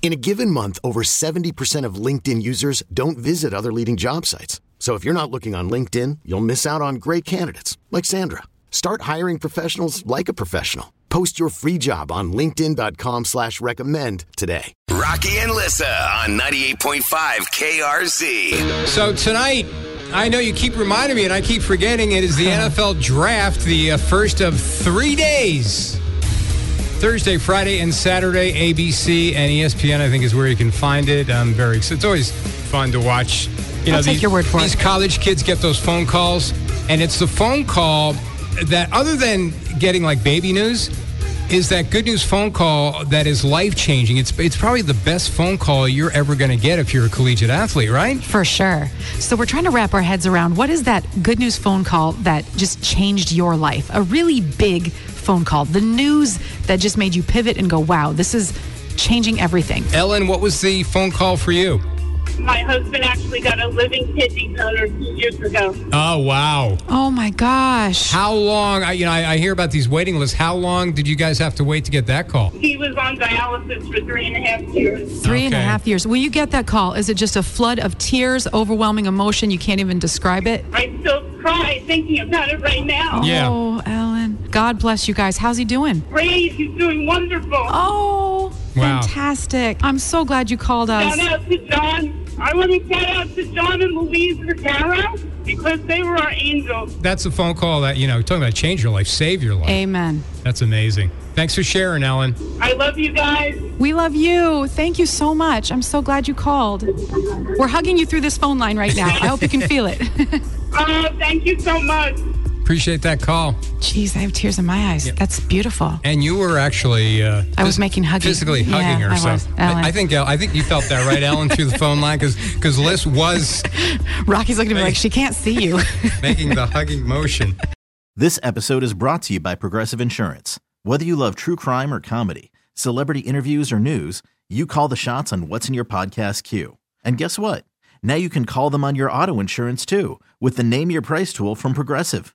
In a given month, over 70% of LinkedIn users don't visit other leading job sites. So if you're not looking on LinkedIn, you'll miss out on great candidates like Sandra. Start hiring professionals like a professional. Post your free job on linkedin.com slash recommend today. Rocky and Lissa on 98.5 KRZ. So tonight, I know you keep reminding me, and I keep forgetting it is the NFL draft, the uh, first of three days. Thursday, Friday, and Saturday, ABC and E ESPN. I think is where you can find it. I'm very excited. It's always fun to watch. You know, I'll take these, your word for these it. college kids get those phone calls, and it's the phone call that, other than getting like baby news, is that good news phone call that is life changing. It's it's probably the best phone call you're ever going to get if you're a collegiate athlete, right? For sure. So we're trying to wrap our heads around what is that good news phone call that just changed your life? A really big phone call, the news that just made you pivot and go, wow, this is changing everything. Ellen, what was the phone call for you? My husband actually got a living kidney donor two years ago. Oh wow! Oh my gosh. How long? I, you know, I, I hear about these waiting lists. How long did you guys have to wait to get that call? He was on dialysis for three and a half years. Three and a half Okay. years. When you get that call, is it just a flood of tears, overwhelming emotion? You can't even describe it? I still cry thinking about it right now. Yeah. Oh, Ellen. God bless you guys. How's he doing? Ray, he's doing wonderful. Oh, Wow. fantastic. I'm so glad you called us. Shout out to John. I want to shout out to John and Louise Rivera because they were our angels. That's a phone call that you know, talking about change your life, save your life. Amen. That's amazing. Thanks for sharing, Ellen. I love you guys. We love you. Thank you so much. I'm so glad you called. We're hugging you through this phone line right now. I hope you can feel it. Oh, thank you so much. Appreciate that call. Jeez, I have tears in my eyes. That's beautiful. And you were actually uh, I was making huggy- physically Yeah, hugging her. I so was, Ellen. I think El- I think you felt that right, Ellen, through the phone line because because Liz was Rocky's looking at me like she can't see you. making the hugging motion. This episode is brought to you by Progressive Insurance. Whether you love true crime or comedy, celebrity interviews or news, you call the shots on what's in your podcast queue. And guess what? Now you can call them on your auto insurance too with the Name Your Price tool from Progressive.